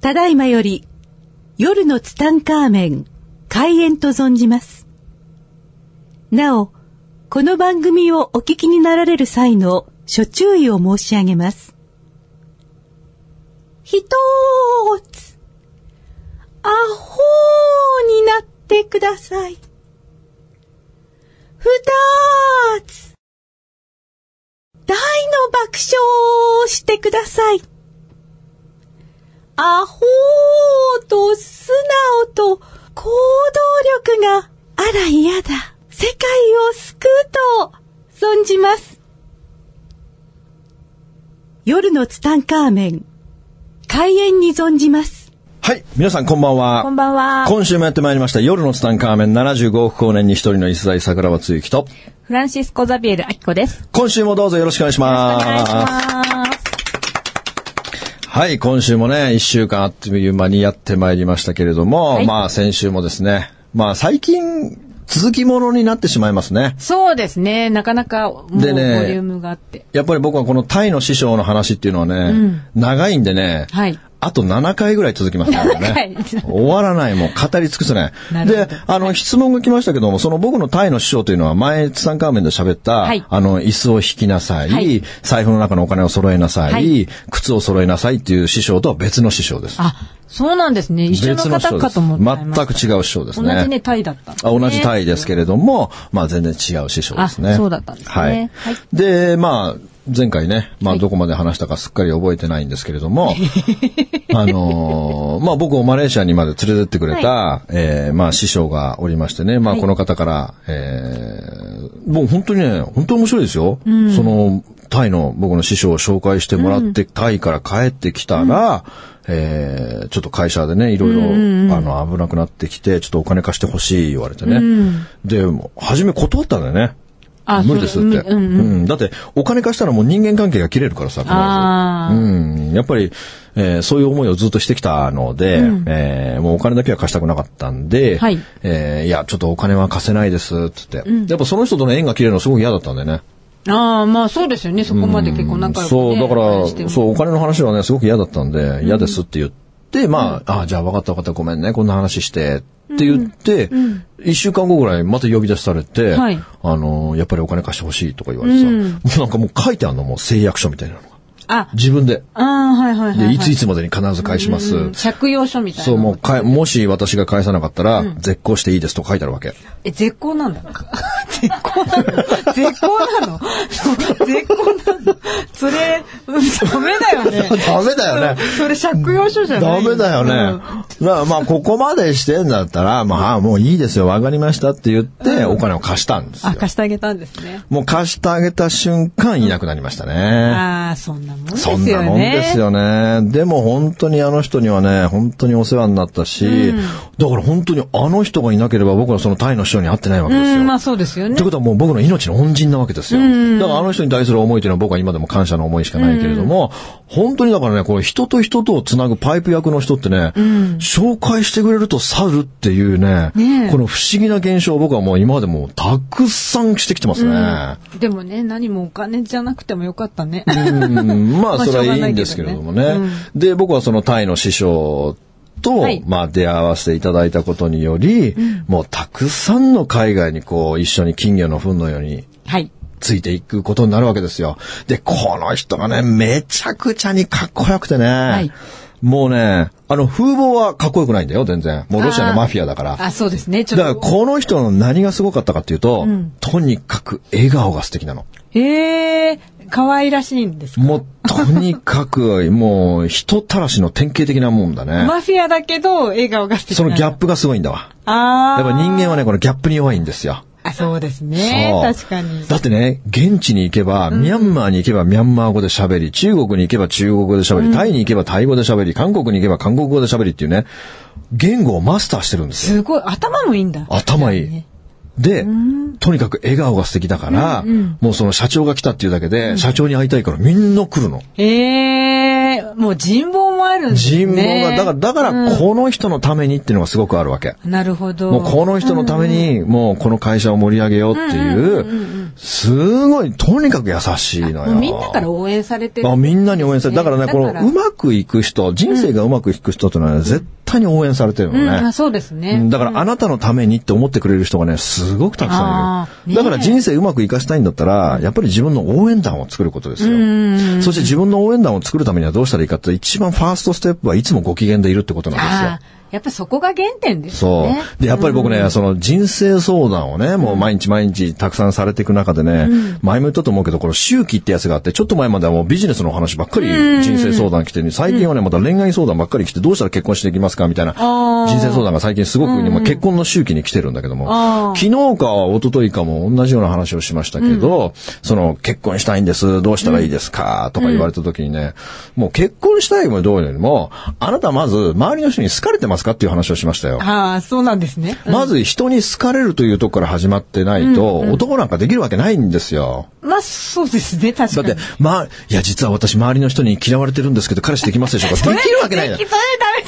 ただいまより、夜のツタンカーメン、開演と存じます。なお、この番組をお聞きになられる際の、諸注意を申し上げます。ひとーつ、アホーになってください。ふたーつ、大の爆笑をしてください。アホーと素直と行動力があら嫌だ。世界を救うと存じます。夜のツタンカーメン、開演に存じます。はい。皆さんこんばんは。こんばんは。今週もやってまいりました。夜のツタンカーメン75億光年に一人の一切桜庭つゆきと、フランシスコ・ザビエル・アキコです。今週もどうぞよろしくお願いしおます。願いします。はい。今週もね、一週間あっという間にやってまいりましたけれども、はいまあ先週もですね、まあ最近続きものになってしまいますね。そうですね。なかなか、もう、ボリでねュームがあって。やっぱり僕はこのタイの師匠の話っていうのはね、長いんでね、はいあと7回ぐらい続きますからね。 7回終わらない、もう語り尽くせない。なるほどで、あの、質問が来ましたけども、その僕のタイの師匠というのは前、ツタンカーメンで喋った、はいあの、椅子を引きなさい,、はい財布の中のお金を揃えなさい,、はい靴を揃えなさいっていう師匠とは別の師匠です。あ、そうなんですね。一緒の別師匠方でかすと思ってました。全く違う師匠ですね。同じね、タイだったんですあね、同じ単位ですけれども、まあ全然違う師匠ですね。あそうだったんですねはい。はいで、まあ、前回ね、まあはいどこまで話したかすっかり覚えてないんですけれ ども、 あのーまあ僕をマレーシアにまで連れてってくれた、えーまあ師匠がおりましてね、まあこの方から、えーもう本当にね、本当に面白いですよ。その、タイの僕の師匠を紹介してもらって、タイから帰ってきたら、えーちょっと会社でね、いろいろ、あの、危なくなってきて、ちょっとお金貸してほしい言われてね。で、もう初め断ったんだよね。あ無理ですって、そううんうんうんだって、お金貸したらもう人間関係が切れるからさ、必ずあーうん。やっぱり、えーそういう思いをずっとしてきたので、えーもうお金だけは貸したくなかったんで、はいえーいや、ちょっとお金は貸せないです、つって、やっぱその人との縁が切れるのすごく嫌だったんだよね。ああ、まあそうですよね。そこまで結構仲良く、ねそう、だか話してら、もそう、お金の話はね、すごく嫌だったんで、嫌ですって言って、まあ、あじゃあ分かった分かった、ごめんね、こんな話して、って言って、一、週間後ぐらいまた呼び出しされて、はいあの、やっぱりお金貸してほしいとか言われてさ、もうなんかもう書いてあるの、もう誓約書みたいなのが。あ、自分で。ああ、はいはいはい、はで、いついつまでに必ず返します。うん借用書みたいな。そう、もうかえ、もし私が返さなかったら、絶交していいですと書いてある わけ。え、 絶好なんだ。絶好なの絶好なのそう絶好なのそれ、うんダメだよね。ダメだよね。それ借用書じゃなダいメだよね。うんだからまあ、ここまでしてんだったら、まああ、もういいですよ、わかりましたって言って、お金を貸したんですよあ、。貸してあげたんですね。もう貸してあげた瞬間、いなくなりましたね。ああ、そんなもんですそよね。んなもんです。よね。でも本当にあの人にはね、本当にお世話になったし、だから本当にあの人がいなければ僕はそのタイの師匠に会ってないわけですよ。うん、まあそうですよっねて。ことはもう僕の命の恩人なわけですよ。だからあの人に対する思いというのは僕は今でも感謝の思いしかないけれども、本当にだからね、こう人と人とをつなぐパイプ役の人ってね、紹介してくれると去るっていうね、ねえこの不思議な現象を僕はもう今までもたくさんしてきてますね。でもね、何もお金じゃなくてもよかったね。うんまあ、まあそれはいいんですけれどもね。しょうがないで、僕はそのタイの師匠と、はいまあ、出会わせていただいたことにより、もうたくさんの海外にこう、一緒に金魚の糞のように はい。ついていくことになるわけですよ。で、この人がね、めちゃくちゃにかっこよくてね。いもうね、あの、風貌はかっこよくないんだよ、全然。もうロシアのマフィアだから。あ、そうですね。ちだから、ょっと。この人の何がすごかったかっていうと、とにかく笑顔が素敵なの。ええー、可愛らしいんですかもう、とにかく、 もう、人たらしの典型的なもんだね。マフィアだけど、笑顔が素敵そなのギャップがすごいんだわ。あやあ。っぱ人間はね、このギャップに弱いんですよ。あ、そうですね。そう確かに。だってね、現地に行けば、ミャンマーに行けばミャンマー語で喋り、中国に行けば中国語で喋り、タイに行けばタイ語で喋り、韓国に行けば韓国語で喋りっていうね、言語をマスターしてるんですよ。すごい、頭もいいんだ。頭いい。で、とにかく笑顔が素敵だから、もうその社長が来たっていうだけで、社長に会いたいからみんな来るの。ええー、もう人望もあがあるんですね。人望が、だから、だから、この人のためにっていうのがすごくあるわけ。なるほど。もうこの人のために、もうこの会社を盛り上げようっていう、すごい、とにかく優しいのもよ。うみんなから応援されてる。あみんなに応援されだからね、だこからの、うまくいく人、人生がうまくいく人ってのはね、絶対に応援されてるのうん、ねあ。そうですね。うんだから、あなたのためにって思ってくれる人がね、すごくたくさあんーいねる。だから人生うまくいかしたいんだったら、やっぱり自分の応援団を作ることですよ。そして自分の応援団を作るためにはどうしたらいいかって、一番ファーストステップはいつもご機嫌でいるってことなんですよあ。ーやっぱそこが原点ですそね。う。で、やっぱり僕ね、その人生相談をね、もう毎日毎日たくさんされていく中でね、前も言ったと思うけど、この周期ってやつがあって、ちょっと前まではもうビジネスの話ばっかり人生相談来てね、最近はね、また恋愛相談ばっかり来て、どうしたら結婚していきますかみたいな、あー人生相談が最近すごく、今結婚の周期に来てるんだけどもあ、昨日か一昨日かも同じような話をしましたけど、その結婚したいんです、どうしたらいいですか、とか言われた時にね、もう結婚したいもどうよりも、あなたまず周りの人に好かれてますかっていう話をしましたよ。ああ、そうなんですね。まず人に好かれるというとこから始まってないと、男なんかできるわけないんですよ。まあ、そうですね、確だかっに。て、まあ、いや、実は私周りの人に嫌われてるんですけど、彼氏できますでしょうかできるわけないん だそれよ。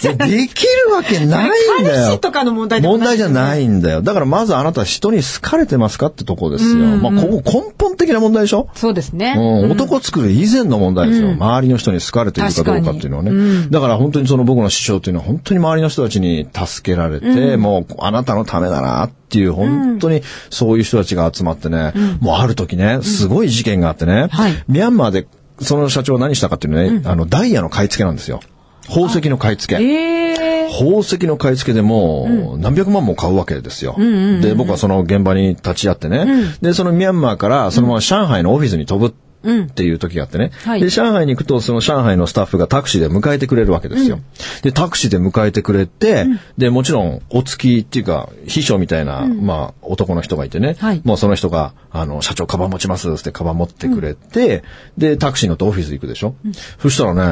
それダメじゃん。できるわけないんだよ。彼氏とかの問題でも問な題いじゃないんだよ。だからまずあなた人に好かれてますかってとこですよ。まあ、ここ根本的な問題でしょそうですね。うん、男作る以前の問題ですよ、周りの人に好かれているかどうかっていうのはね。だから本当にその僕の師匠っていうのは本当に周りの人たちに助けられて、もうあなたのためだなっていう本当にそういう人たちが集まってね、もうある時ね、すごい事件があってね、はいミャンマーでその社長は何したかっていうのね、あのダイヤの買い付けなんですよ。宝石の買い付け。ええ宝石の買い付けでもう何百万も買うわけですよ。で、僕はその現場に立ち会ってね、で、そのミャンマーからそのまま上海のオフィスに飛ぶ。っていう時があってね、はいで、上海に行くと、その上海のスタッフがタクシーで迎えてくれるわけですよ。で、タクシーで迎えてくれて、で、もちろん、お付きっていうか、秘書みたいな、まあ、男の人がいてね、はいもうその人が、あの、社長、カバン持ちますっつって、カバン持ってくれて、で、タクシー乗ってオフィス行くでしょ、そしたらね、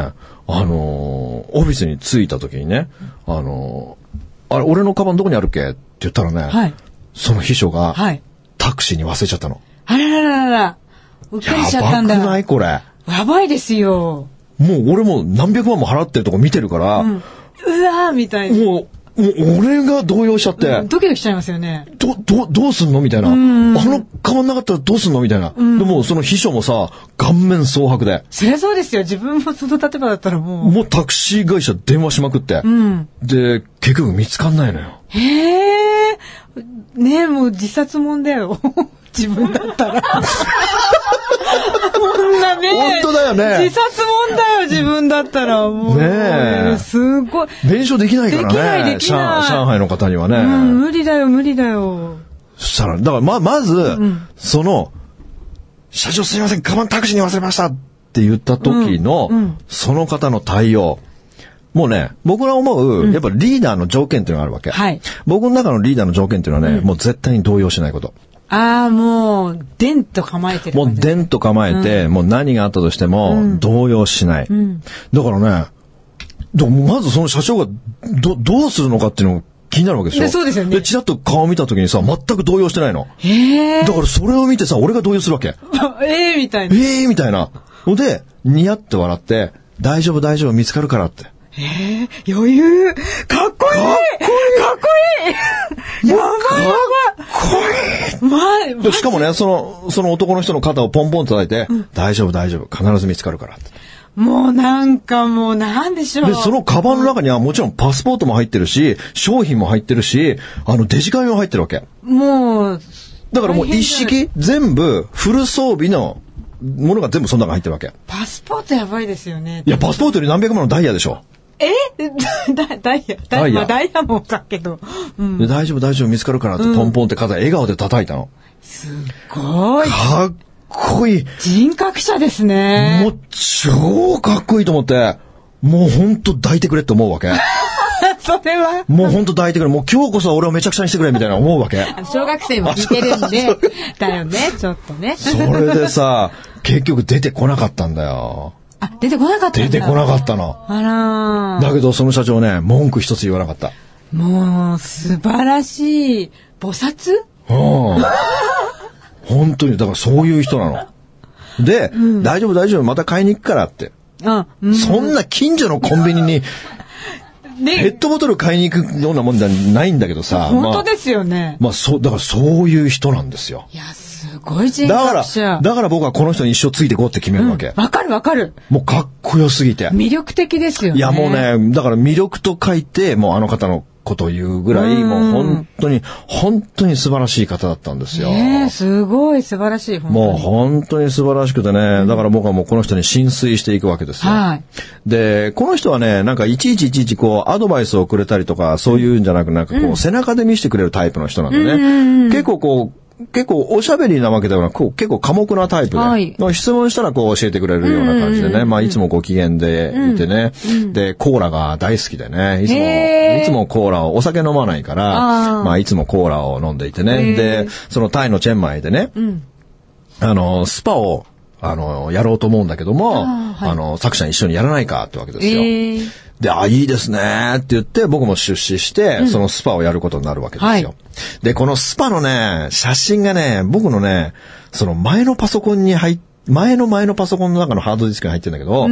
あのーオフィスに着いた時にね、あのーあれ、俺のカバンどこにあるっけって言ったらね、はいその秘書が、はいタクシーに忘れちゃったの。あららららら。うっかりしちゃやったばんくだ。ないこれ。やばいですよ。もう俺も何百万も払ってるとこ見てるから、うわーみたいな。もう、もう俺が動揺しちゃって、ドキドキしちゃいますよね。ど、ど、どうすんのみたいな。あの、変わんなかったらどうすんのみたいな。でも、その秘書もさ、顔面蒼白で、そりゃそうですよ。自分もその立場だったらもう。もうタクシー会社電話しまくって、んで、結局見つかんないのよ。へえ。ねえ、もう自殺もんだよ。 自分だったら。こんなね。本当だよね自殺もんだよ、自分だったら。もう。ねえすごい。弁償できないからね。できないできない上上海の方にはね。うん、無理だよ、無理だよ。そしたら、だからま、まず、その、社長すいません、カバンタクシーに忘れましたって言った時の、うんうんその方の対応。もうね、僕が思う、やっぱりリーダーの条件っていうのがあるわけ。はい僕の中のリーダーの条件っていうのはね、もう絶対に動揺しないこと。ああ、もう、でんと構えてるも感うじ。でんと構えて、もう何があったとしても、動揺しない。だからね、でもまずその社長がど、どうするのかっていうのが気になるわけでしょ。でそうですよねで、ちらっと顔見た時にさ、全く動揺してないの。へえだ。からそれを見てさ、俺が動揺するわけ。 ええみたいな。ええー、みたいな。ので、ニヤって笑って、大丈夫大丈夫見つかるからって。えー余裕かっこいいかっこいいやばいやばいまあ、でしかもね、その、その男の人の肩をポンポン叩いて、大丈夫大丈夫、必ず見つかるからって。もうなんかもうなんでしょう。で、そのカバンの中にはもちろんパスポートも入ってるし、商品も入ってるし、あの、デジカメも入ってるわけ。もう、だからもう大変一じゃない式全部、フル装備のものが全部その中に入ってるわけ。パスポートやばいですよねい。や、パスポートより何百万のダイヤでしょ。え だダイヤ、ダダイイヤヤ、ダイヤもだけど。うん。で大丈夫大丈夫見つかるからって、ポンポンって肩笑顔で叩いたの。ごい。かっこいい。人格者ですね。もう超かっこいいと思って、もうほんと抱いてくれって思うわけ。 それは、もうほんと抱いてくれ。もう今日こそは俺をめちゃくちゃにしてくれみたいな思うわけ。小学生も似てるんで、だよね、ちょっとね。それでさ、結局出てこなかったんだよ。あ、出てこなかった出んだ。てこなかったの。あらーだけどその社長ね、文句一つ言わなかった。もう、素晴らしい。菩薩うん。本当に、だからそういう人なの。で、大丈夫大丈夫、また買いに行くからって。あ、うん。そんな近所のコンビニにペねッ、トボトル買いに行くようなもんじゃないんだけどさ。本当まあですよね。まあそう、だからそういう人なんですよ。いや、すごい人だか格者ら、。だから僕はこの人に一生ついてこうって決めるわけ。わかるわかる。もうかっこよすぎて。魅力的ですよね。いやもう。ね、だから魅力と書いて、もうあの方のことを言うぐらい、うんもう本当に、本当に素晴らしい方だったんですよ。ねえ、すごい素晴らしい。本当にもう本当に素晴らしくてね、だから僕はもうこの人に浸水していくわけですよ。はいで、この人はね、なんかいちいちいちいちこうアドバイスをくれたりとか、そういうんじゃなくなんかこう、背中で見せてくれるタイプの人なんでね、結構こう、結構おしゃべりなわけではなく、こう結構寡黙なタイプで、はい質問したらこう教えてくれるような感じでね、まあいつもご機嫌でいてね、で、コーラが大好きでね、いつへも、ーいつもコーラを、お酒飲まないから、あーまあいつもコーラを飲んでいてね、で、そのタイのチェンマイでね、あの、スパを、あの、やろうと思うんだけども、あ,、の、作者に一緒にやらないかってわけですよ。ええで、あ、いいですねって言って、僕も出資して、そのスパをやることになるわけですよ。はいで、このスパのね、写真がね、僕のね、その前のパソコンに入っ前の前のパソコンの中のハードディスクに入ってるんだけど、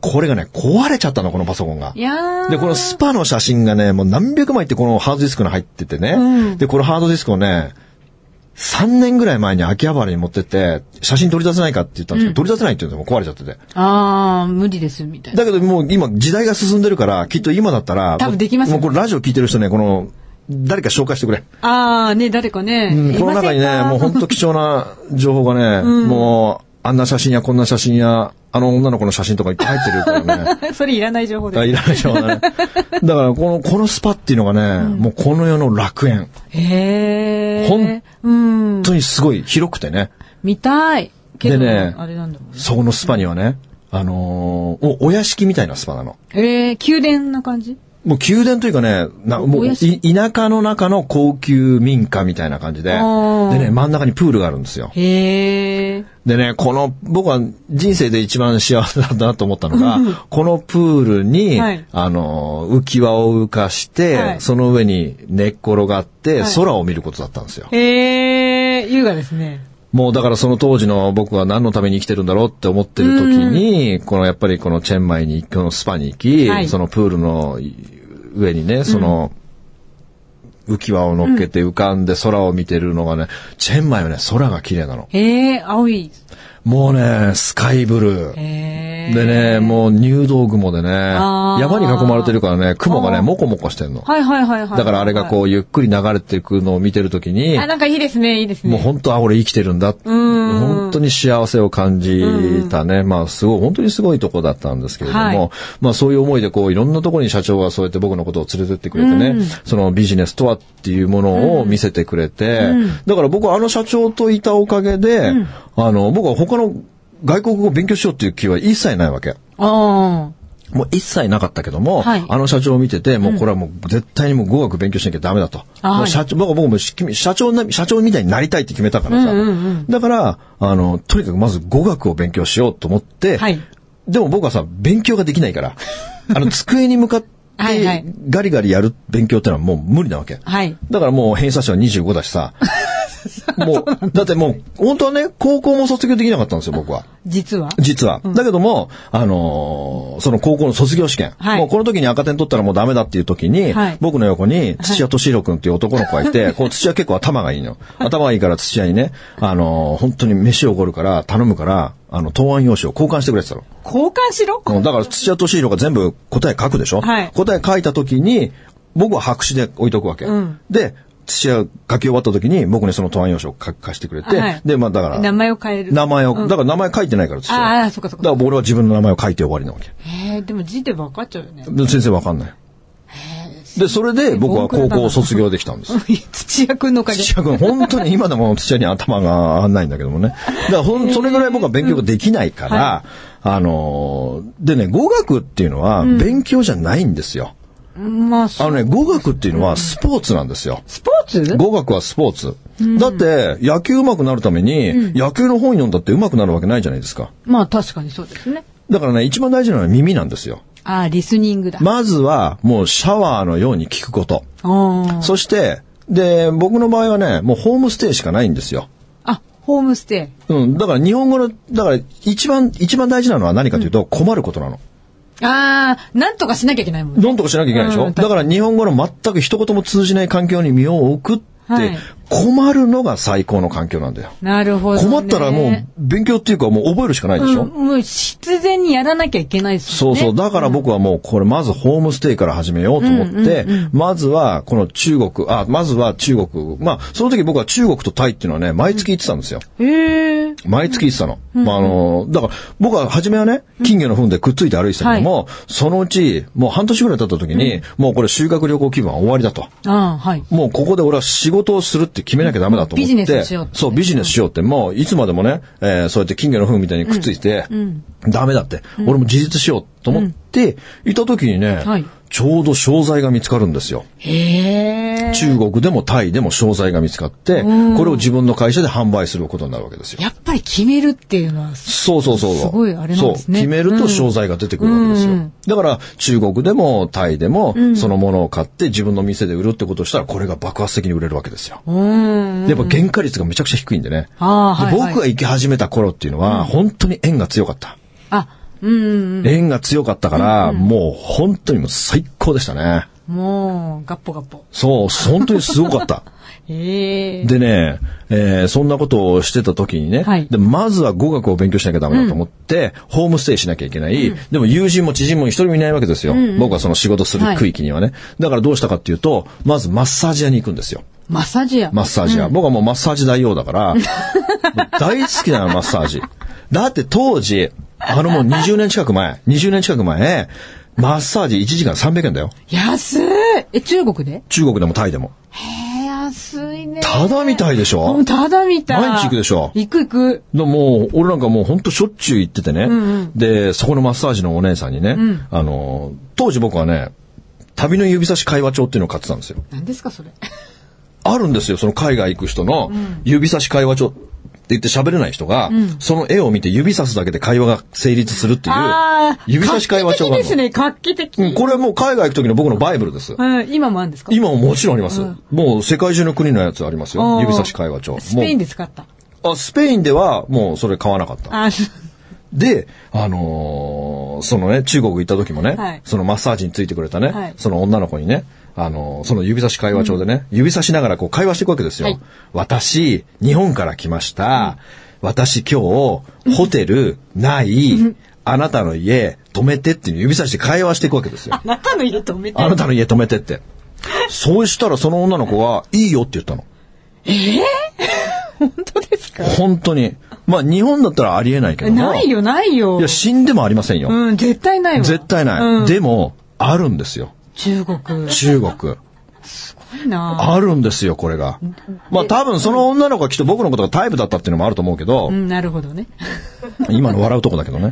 これがね、壊れちゃったの、このパソコンが。いやーで、このスパの写真がね、もう何百枚ってこのハードディスクに入っててね。うんで、このハードディスクをね、3年ぐらい前に秋葉原に持ってって、写真取り出せないかって言ったんですけど、取り出せないって言うんですよ、もう壊れちゃってて。あー、無理です、みたいな。だけどもう今時代が進んでるから、きっと今だったら、多分できますもようもうこれラジオ聞いてる人ね、この、誰か紹介してくれ。あー、ね、誰かね。うんいこのま中せにんね、かもう本当貴重な情報がね、もう、あんな写真やこんな写真や、あの女の子の写真とかいっぱい入ってるから ね。それいらない情報あでいらないでしょうね。だから、この、このスパっていうのがね、もうこの世の楽園。す。へえ。ほんうん本。当にすごい広くてね。見たい。けど、でねあれなんだろうね。そこのスパにはね、あのーお、お屋敷みたいなスパなの。ええ、宮殿な感じもう宮殿というかね、なおもうい屋敷田舎の中の高級民家みたいな感じで、であーね、真ん中にプールがあるんですよ。へえ。でね、この、僕は人生で一番幸せだったなと思ったのが、このプールに、はいあのー、浮き輪を浮かして、はいその上に寝っ転がって、はい空を見ることだったんですよ。へえ、優雅ですね。もうだからその当時の僕は何のために生きてるんだろうって思ってる時に、このやっぱりこのチェンマイに、このスパに行き、はいそのプールの上にね、その、浮き輪を乗っけて浮かんで空を見てるのがね、チェンマイはね、空が綺麗なの。へえ、青い。もうね、スカイブルー。へえ。でね、もう入道雲でね、あー山に囲まれてるからね、雲がね、あーもこもこしてんの。はいはいはいはい。だからあれがこう、ゆっくり流れていくのを見てる時に、あ、なんかいいですね、いいですね。もう本当、あ、俺生きてるんだ。ん本当に幸せを感じたね。まあ、すごい、本当にすごいとこだったんですけれども、はいまあ、そういう思いで、こう、いろんなところに社長がそうやって僕のことを連れてってくれてね、そのビジネスとはっていうものを見せてくれて、だから僕はあの社長といたおかげで、あの、僕は他の外国語を勉強しようっていう気は一切ないわけ。あもう一切なかったけども、はいあの社長を見てて、もうこれはもう絶対にもう語学勉強しなきゃダメだと。あはいもう社長、僕は僕もし君社長な、社長みたいになりたいって決めたからさ。だから、あの、とにかくまず語学を勉強しようと思って、はいでも僕はさ、勉強ができな いから、あの、机に向かってはいはいガリガリやる勉強ってのはもう無理なわけ。あ。はい。だからもう偏差値は25だしさ。 もう、だってもう、本当はね、高校も卒業できなかったんですよ、僕は。実は。実は。だけども、あのーその高校の卒業試験。はいもうこの時に赤点取ったらもうダメだっていう時に、はい僕の横に土屋敏弘君っていう男の子がい て、こう土屋結構頭がいいの。頭がいいから土屋にね、あのー本当に飯をおごるから、頼むから、あの、答案用紙を交換してくれてたの。交換しろうんだから土屋敏弘が全部答え書くでしょ、はい答え書いた時に、僕は白紙で置いとくわけ。うんで、土屋書き終わった時に、僕にその答案用紙を書かしてくれて、はいで、まあだから、名前を変える。名前を、だから名前書いてないから、土屋はああ、そっかそっだからか。俺は自分の名前を書いて終わりなわけ。へえ、でも字で分かっちゃうよね。で先生わかんない。で、それで僕は高校を卒業できたん です。土屋くんのおかげ。土屋君、本当に今でも土屋に頭が上がんないんだけどもね。だからほん、それぐらい僕は勉強ができないから、あのーでね、語学っていうのは勉強じゃないんですよ。まあ、そあのね、語学っていうのはスポーツなんですよ。スポーツ語学はスポーツ。だって、野球上手くなるために、野球の本読んだって上手くなるわけないじゃないですか。まあ、確かにそうですね。だからね、一番大事なのは耳なんですよ。ああ、リスニングだ。まずは、もうシャワーのように聞くこと。あーそして、で、僕の場合はね、もうホームステイしかないんですよ。あ、ホームステうん。だから日本語の、だから一番、一番大事なのは何かというと困ることなの。イ。ああ、なんとかしなきゃいけないもんね。なんとかしなきゃいけないでしょ、うんだから日本語の全く一言も通じない環境に身を置くって、はい困るのが最高の環境なんだよ。なるほど、ね。困ったらもう勉強っていうかもう覚えるしかないでしょ、うん、もう必然にやらなきゃいけないですそもんうね。そう。だから僕はもうこれまずホームステイから始めようと思って、まずはこの中国、あ、まずは中国。まあ、その時僕は中国とタイっていうのはね、毎月行ってたんですよ。へえ。毎月行ってたの。まあ、あの、だから僕は初めはね、金魚の糞でくっついて歩いてたけども、そのうちもう半年ぐらい経った時に、もうこれ修学旅行気分は終わりだと。ああ、はい。もうここで俺は仕事をするって決めなきゃダメだと思っビジて。ネスをしようってそう、ビジネスしようって。もういつまでもね、えーそうやって金魚の糞みたいにくっついて、ダメだって。俺も自立しようと思って、いた時にね、はいちょうど商材が見つかるんですよ。へえ。中国でもタイでも商材が見つかって、これを自分の会社で販売することになるわけですよ。やっぱり決めるっていうのは、そうそうそう。すごいあれなんですねそう。決めると商材が出てくるわけですよ。うんだから、中国でもタイでも、そのものを買って自分の店で売るってことをしたら、これが爆発的に売れるわけですよ。うん。やっぱ原価率がめちゃくちゃ低いんでね。ああ、はい、ではい。僕が行き始めた頃っていうのは、本当に縁が強かった。あ、うんうん縁が強かったから、もう本当にもう最高でしたね。うん。もう、ガッポガッポ。そう、本当にすご かった。へえ。でね、えーそんなことをしてた時にね、はいでまずは語学を勉強しなきゃダメだと思って、ホームステイしなきゃいけない、でも友人も知人も一人もいないわけですよ、僕はその仕事する区域にはね、だからどうしたかっていうと、まずマッサージ屋に行くんですよ。マッサージや。マッサージ屋。僕はもうマッサージ大王だ から、もう大好きなのマッサージ。だって当時、あのもう20年近く前、20年近く前、マッサージ1時間300円だよ。安いえ、中国で中国でもタイでも。へえ、安いね。ただみたいでしうょんただみたい。毎日行くでしょ行く行く。でもう、俺なんかもうほんとしょっちゅう行っててね、で、そこのマッサージのお姉さんにね、あの、当時僕はね、旅の指差し会話帳っていうのを買ってたんですよ。何ですか、それ。あるんですよ、その海外行く人の指差し会話帳って言って喋れない人が、その絵を見て指差すだけで会話が成立するっていうああ、、指差し会話帳があ画期的でるすの。ね、画期的。うんこれはもう海外行く時の僕のバイブルです。うん、今もあるんですか今ももちろんあります。もう世界中の国のやつありますあよ。ー指差し会話帳。スペインで使った。もうあスペインではもうそれ買わなかった。あ、そうで、あのーそのね、中国行った時もね、はいそのマッサージについてくれたね、はいその女の子にね、あのーその指差し会話帳でね、指差しながらこう会話していくわけですよ。はい私、日本から来ました。私今日、ホテル、ない、あなたの家、止めてっていう指差しで会話していくわけですよあ。なたの家止めて。あなたの家止めてって。そうしたらその女の子は、いいよって言ったの。 本当ですか本当に。まあ日本だったらありえないけども。ないよ、ないよ。いや、死んでもありませんよ。うん、絶対ないわ。絶対ない。うんでも、あるんですよ。中国。す中国。ごいなあるんですよ、これが。まあ多分その女の子はきっと僕のことがタイプだったっていうのもあると思うけどう、ん、なるほどね。今の笑うとこだけどね。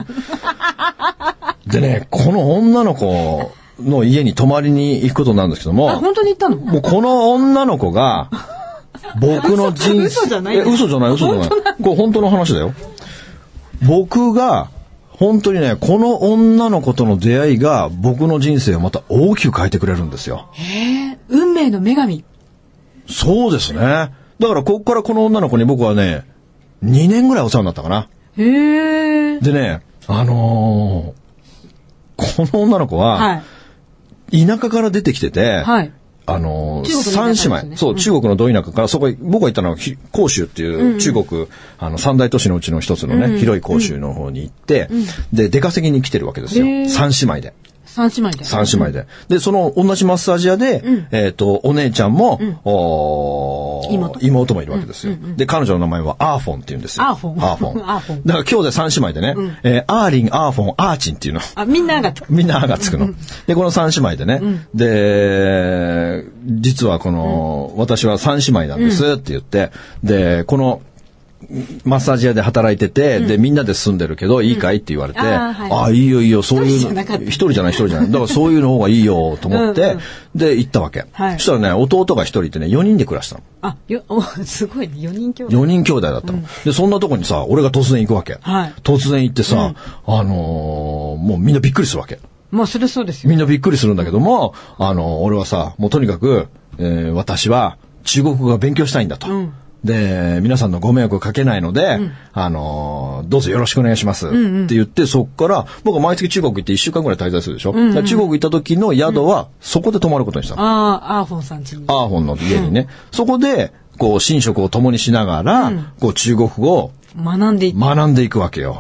でね、この女の子の家に泊まりに行くことになるんですけどあ、も、本当に行ったのもうこの女の 子が、僕の人生。嘘嘘じゃないえ嘘じゃない、嘘じゃない。これ本当の話だよ。僕が、本当にね、この女の子との出会いが僕の人生をまた大きく変えてくれるんですよ。えー、運命の女神。そうですね。だからここからこの女の子に僕はね、2年ぐらいお世話になったかな。へえ。でね、あのーこの女の子は、は田舎から出てきてて、い。はい。あのー中国の田舎三姉です妹、ねそう、うん中国のど田舎から、そこへ、僕が行ったのはひ、広州っていう、中国、あの、三大都市のうちの一つのね、広い広州の方に行って、で、出稼ぎに来てるわけですよへ。ー三姉妹で。三姉妹で。三姉妹で。で、その、同じマッサージ屋で、えっ、と、お姉ちゃんも、おー妹妹もいるわけですよ、で、彼女の名前はアーフォンって言うんですよ。アーフォンアーフォ ン。アーフォンだから兄弟三姉妹でね、えーアーリン、アーフォン、アーチンっていうの。あ、みんなが、みんな歯がつくの。で、この三姉妹でね、で、実はこの、私は三姉妹なんですって言って、で、この、マッサージ屋で働いてて、で、みんなで住んでるけど、いいかいって言われて、うんああーあ、はいいよいいよ、そうい一人じゃう、なかった一人じゃない、一人じゃない。だからそういうの方がいいよ、と思って、で、行ったわけ。はいそしたらね、弟が一人いてね、4人で暮らしたの。あ、よ、お、すごいね、四人兄弟。 4人兄弟だったの。で、そんなとこにさ、俺が突然行くわけ。はい突然行ってさ、あのーもうみんなびっくりするわけ。まあ、それそうですよ。みんなびっくりするんだけども、あの、俺はさ、もうとにかく、えー私は中国語が勉強したいんだと。で、皆さんのご迷惑をかけないので、あのー、どうぞよろしくお願いします。って言って、そっから、僕は毎月中国行って1週間ぐらい滞在するでしょ。だから中国行った時の宿は、そこで泊まることにしたのああ、アーフォンさんちに。アーホンの家にね、そこで、こう、寝食を共にしながら、こう、中国語を学んでいった。学んでいくわけよ。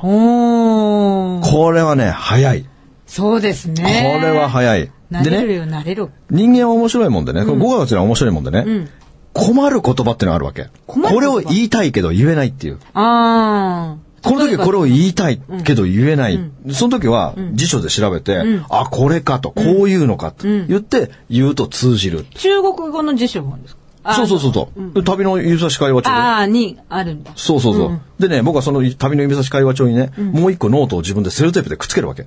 おー。これはね、早い。こそうですね。れは早い。慣でれるね、よ、慣れる。人間は面白いもんでね、これ語学っていうのは面白いもんでね、困る言葉ってのがあるわけ。困るこれ言葉を言いたいけど言えないっていう。ああ。この時はこれを。を言いたいけど言えない。その時は辞書で調べて、あ、これかと、こういうのかと言って言うと通じる。中国語の辞書本ですかあそうそうそうそう。で旅の指差し会はちょっとああ、にあるんだ。そうそうそう。でね、僕はその旅の指差し会話帳にね、もう一個ノートを自分でセルテープでくっつけ るわけ。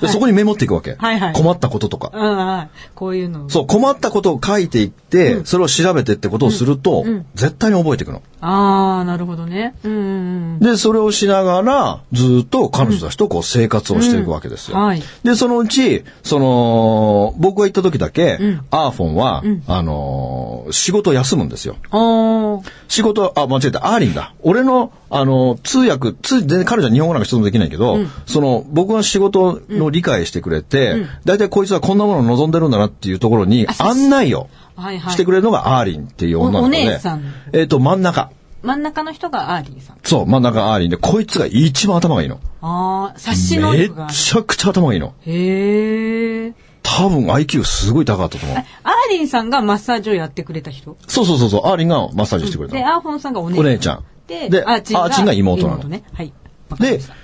でそこにメモっていくわけ。はいはい困ったこととか。うん、はい。こういうの。そう、困ったことを書いていって、それを調べてってことをすると、絶対に覚えていくの。ああ、なるほどね。うんうんで、それをしながら、ずっと彼女たちとこう生活をしていくわけですよ。うんはいで、そのうち、その、僕が行った時だけ、アーフォンは、あのー仕事を休むんですよ。うん。おー。仕事、あ、間違えた、アーリンだ。俺の、あの、通訳、通、全然彼女は日本語なんか一つもできないけど、その、僕が仕事の理解してくれて、大体、こいつはこんなものを望んでるんだなっていうところに、案内をはいはい。してくれるのがアーリンっていう女の子で、おお姉さんえっ、と、真ん中。真ん中の人がアーリーさん。そう、真ん中アーリンで、こいつが一番頭がいいの。ああ、察し能め力がある。ちゃくちゃ頭がいいの。へえ。多分 IQ すごい高かったと思う。アーリンさんがマッサージをやってくれた人そうそうそうそう、アーリンがマッサージしてくれたので、アーフォンさんがお姉お姉ちゃんで、でアーチンアーチンが妹なのね。はい。わかりでました、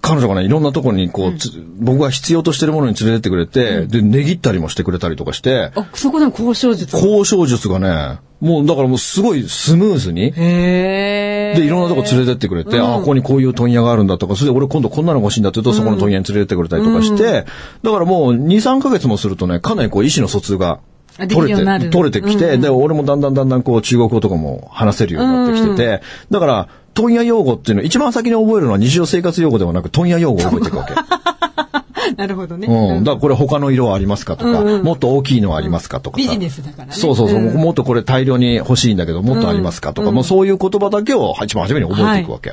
彼女がね、いろんなところにこう、つ僕が必要としてるものに連れてってくれて、で、値切ったりもしてくれたりとかして、あ、そこでも交渉術。交渉術がね、もうだからもうすごいスムーズに、へえ。で、いろんなとこ連れてってくれて、あ、ここにこういう問屋があるんだとか、それで俺今度こんなのが欲しいんだって言うと、そこの問屋に連れてってくれたりとかして、だからもう2、3ヶ月もするとね、かなりこう意思の疎通があできる取れようてになる、取れてきて、うんうんで、俺もだんだんだんだんこう中国語とかも話せるようになってきてて、だから、問屋用語っていうの一番先に覚えるのは日常生活用語ではなく、問屋用語を覚えていく わけ。 なるほどね。う。うんんだからこれ他の色はありますかとか、もっと大きいのはありますかとかさ。ビジネスだからねそうそうそう。うんもっとこれ大量に欲しいんだけど、もっとありますかとか、もうそういう言葉だけを一番初めに覚えていくわけ。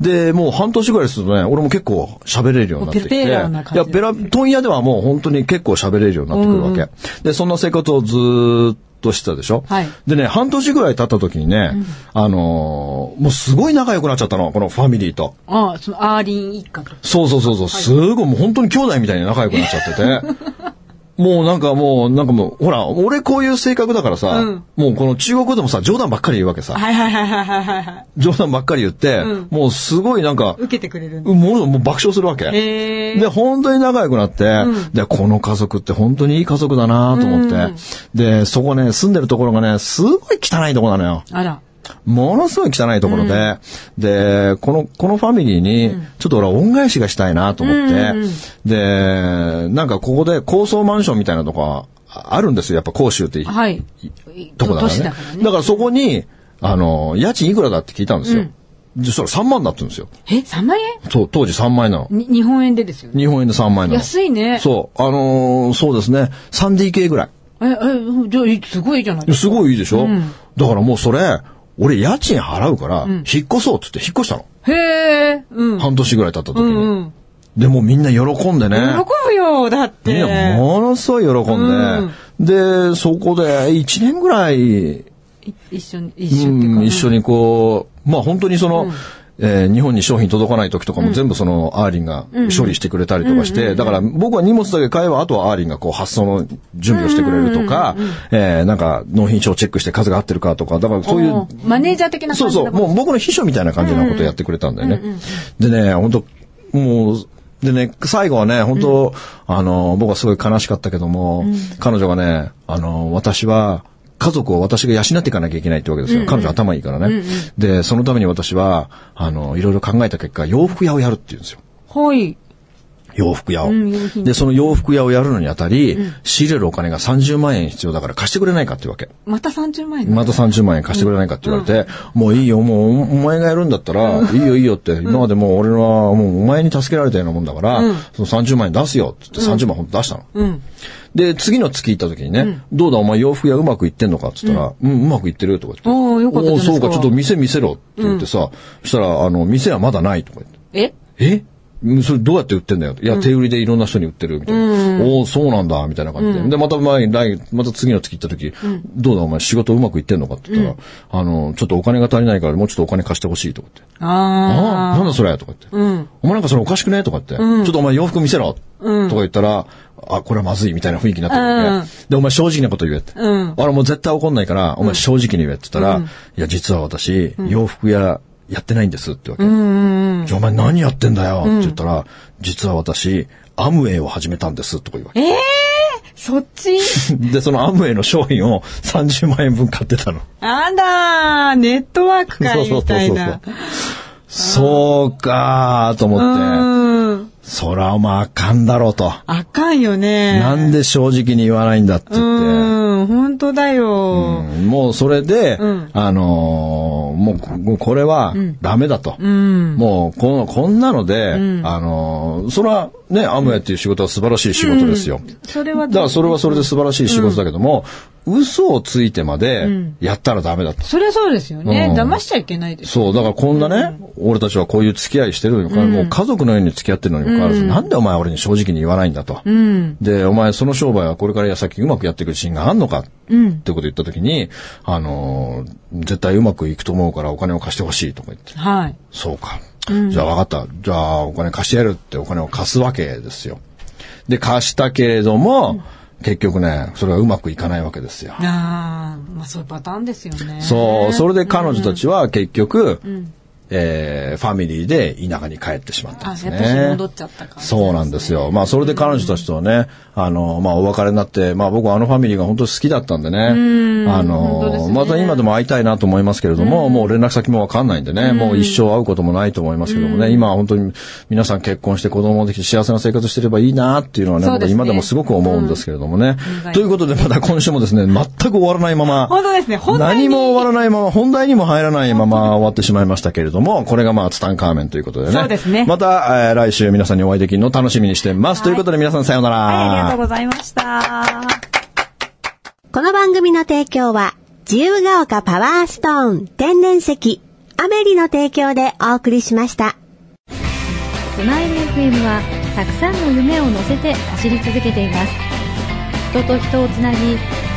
で、もう半年ぐらいするとね、俺も結構喋れるようになってきて。もうペラペラな感じいや、ペラ、問屋ではもう本当に結構喋れるようになってくるわけ。で、そんな生活をずーっとしてたでしょ、はいでね、半年ぐらい経った時にね、あのーもうすごい仲良くなっちゃったの、このファミリーと。ああ、そのアーリン一家と。そうそうそうそう、すごい、もう本当に兄弟みたいに仲良くなっちゃって て。もうなんかもう、なんかもう、ほら、俺こういう性格だからさ、うんもうこの中国語でもさ、冗談ばっかり言うわけさ。はいはいはいはいはいはい。冗談ばっかり言って、もうすごいなんか、受けてくれるんだ。もうもう爆笑するわけ。へえ。で、本当に仲良くなって、で、この家族って本当にいい家族だなと思って、で、そこね、住んでるところがね、すごい汚いところなのよ。あら。ものすごい汚いところで、で、この、このファミリーに、ちょっと俺は恩返しがしたいなと思って、で、なんかここで高層マンションみたいなとこああるんですよ。やっぱ甲州っていはい。とこだからね。年だだかかららね。そこに、あの、家賃いくらだって聞いたんですよ。で、それ3万だって言うんですよ。え、3万円そう、当時3万円なの。に日本円でですよね。日本円で3万円なの。安いね。そう、あのーそうですね。3DK ぐらい。え、え、じゃあ、すごいじゃないすごいいいでしょ、だからもうそれ、俺家賃払うから、引っ越そうって言って引っ越したの。へえ。うん。半年ぐらい経った時うんうに。ん。で、もうみんな喜んでね。喜ぶよ、だっみんなて。ものすごい喜んで。で、そこで1年ぐらい、い一緒に、一緒っていううか。ん一緒にこう、まあ本当にその、えー日本に商品届かない時とかも全部そのアーリンが処理してくれたりとかして、だから僕は荷物だけ買えば、あとはアーリンがこう発送の準備をしてくれるとか、えーなんか納品書をチェックして数が合ってるかとか、だからそういうおーマネージャー的なそ感うじだそう、もう僕の秘書みたいな感じのことをやってくれたんだよね。でね、本当もう、でね、最後はね、本当、あの、僕はすごい悲しかったけども、彼女がね、あの、私は、家族を私が養っていかなきゃいけないってわけですよ。彼女頭いいからね、で、そのために私は、あの、いろいろ考えた結果、洋服屋をやるって言うんですよ。はい。洋服屋を。うん洋品で、その洋服屋をやるのにあたり、仕入れるお金が30万円必要だから貸してくれないかっていうわけ。また30万円だ。また30万円貸してくれないかって言われて、もういいよ、もうお前がやるんだったら、いいよいいよって、今までもう俺はもうお前に助けられたようなもんだから、その30万円出すよって言って30万本当出したの。うん。で、次の月行った時にね、どうだお前洋服屋うまくいってんのかって言ったら、うん、うまくいってるとか言って。おーよかったじゃないですかおーそうか、ちょっと店見せろって言ってさ、そしたら、あの、店はまだないとか言って。ええうんそれどうやって売ってんだよっていや、手売りでいろんな人に売ってるみたいな。おお、そうなんだ、みたいな感じで。で、また前、来、また次の月行った時、どうだお前仕事うまくいってんのかって言ったら、あの、ちょっとお金が足りないからもうちょっとお金貸してほしいとかって。ああ、あなんだそれとか言って。んお前なんかそれおかしくねとか言って、ちょっとお前洋服見せろ、とか言ったら、あ、これはまずいみたいな雰囲気になってるわけ、で、お前正直なこと言えって。うん俺もう絶対怒んないから、お前正直に言えって言ったら、いや、実は私、洋服屋やってないんですってわけ。あ。うん。じゃあお前何やってんだよって言ったら、実は私、アムウェイを始めたんですとか言 うわけ。ええそっちで、そのアムウェイの商品を30万円分買ってたの。あらー、ネットワークかそういみそうそうたいそうな。。そうかーと思って、うん。そらお前あかんだろうと。あかんよね。なんで正直に言わないんだって言って。うん、本当だよ。うんもうそれで、うんあのーもうこもうこれはダメだと。うん。もうこのこんなので、あのーそれはね、アムウェイっていう仕事は素晴らしい仕事ですよ。それはだからそれはそれで素晴らしい仕事だけども、嘘をついてまでやったらダメだと。それはそうですよね。うん騙しちゃいけないです。そう、だからこんなね、俺たちはこういう付き合いしてるのにもかかわらず、もう家族のように付き合ってるのにもかかわらず、なんでお前俺に正直に言わないんだと。うん。で、お前その商売はこれから先うまくやっていく自信があんのかってこと言った時に、あのー、絶対うまくいくと思うからお金を貸してほしいとか言って。はい。そうか。じゃあ分かった。じゃあお金貸してやるってお金を貸すわけですよ。で、貸したけれども、結局ね、それはうまくいかないわけですよ。ああ、まあそういうパターンですよね。そう、それで彼女たちは結局、えーファミリーで田舎に帰ってしまったんあ、ですやね。っぱし戻っちゃったから。そうなんですよ。まあ、それで彼女たちとはね、あの、まあ、お別れになって、まあ、僕はあのファミリーが本当に好きだったんでね、あ本当での、すねまた今でも会いたいなと思いますけれども、もう連絡先もわかんないんでね、もう一生会うこともないと思いますけどもね、今は本当に皆さん結婚して子供もできて幸せな生活してればいいなっていうのはね、そう僕ではすね今でもすごく思うんですけれどもねう。んということで、まだ今週もですね、全く終わらないまま、本当ですね本題に何も終わらないまま、本題にも入らないまま終わってしまいましたけれども、これがまあ、ツタンカーメンということでね。そうですねまた、えー来週皆さんにお会いできるのを楽しみにしてます。ということで皆さんさようなら。はい、ありがとうございました。この番組の提供は、自由が丘パワーストーン天然石、アメリの提供でお送りしました。スマイル FM はたくさんの夢を乗せて走り続けています人と人をつなぎ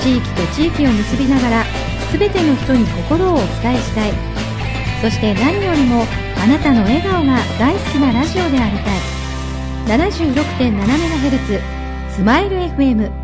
地域と地域を結びながら全ての人に心をお伝えしたいそして何よりもあなたの笑顔が大好きなラジオでありたい 76.7MHz スマイル FM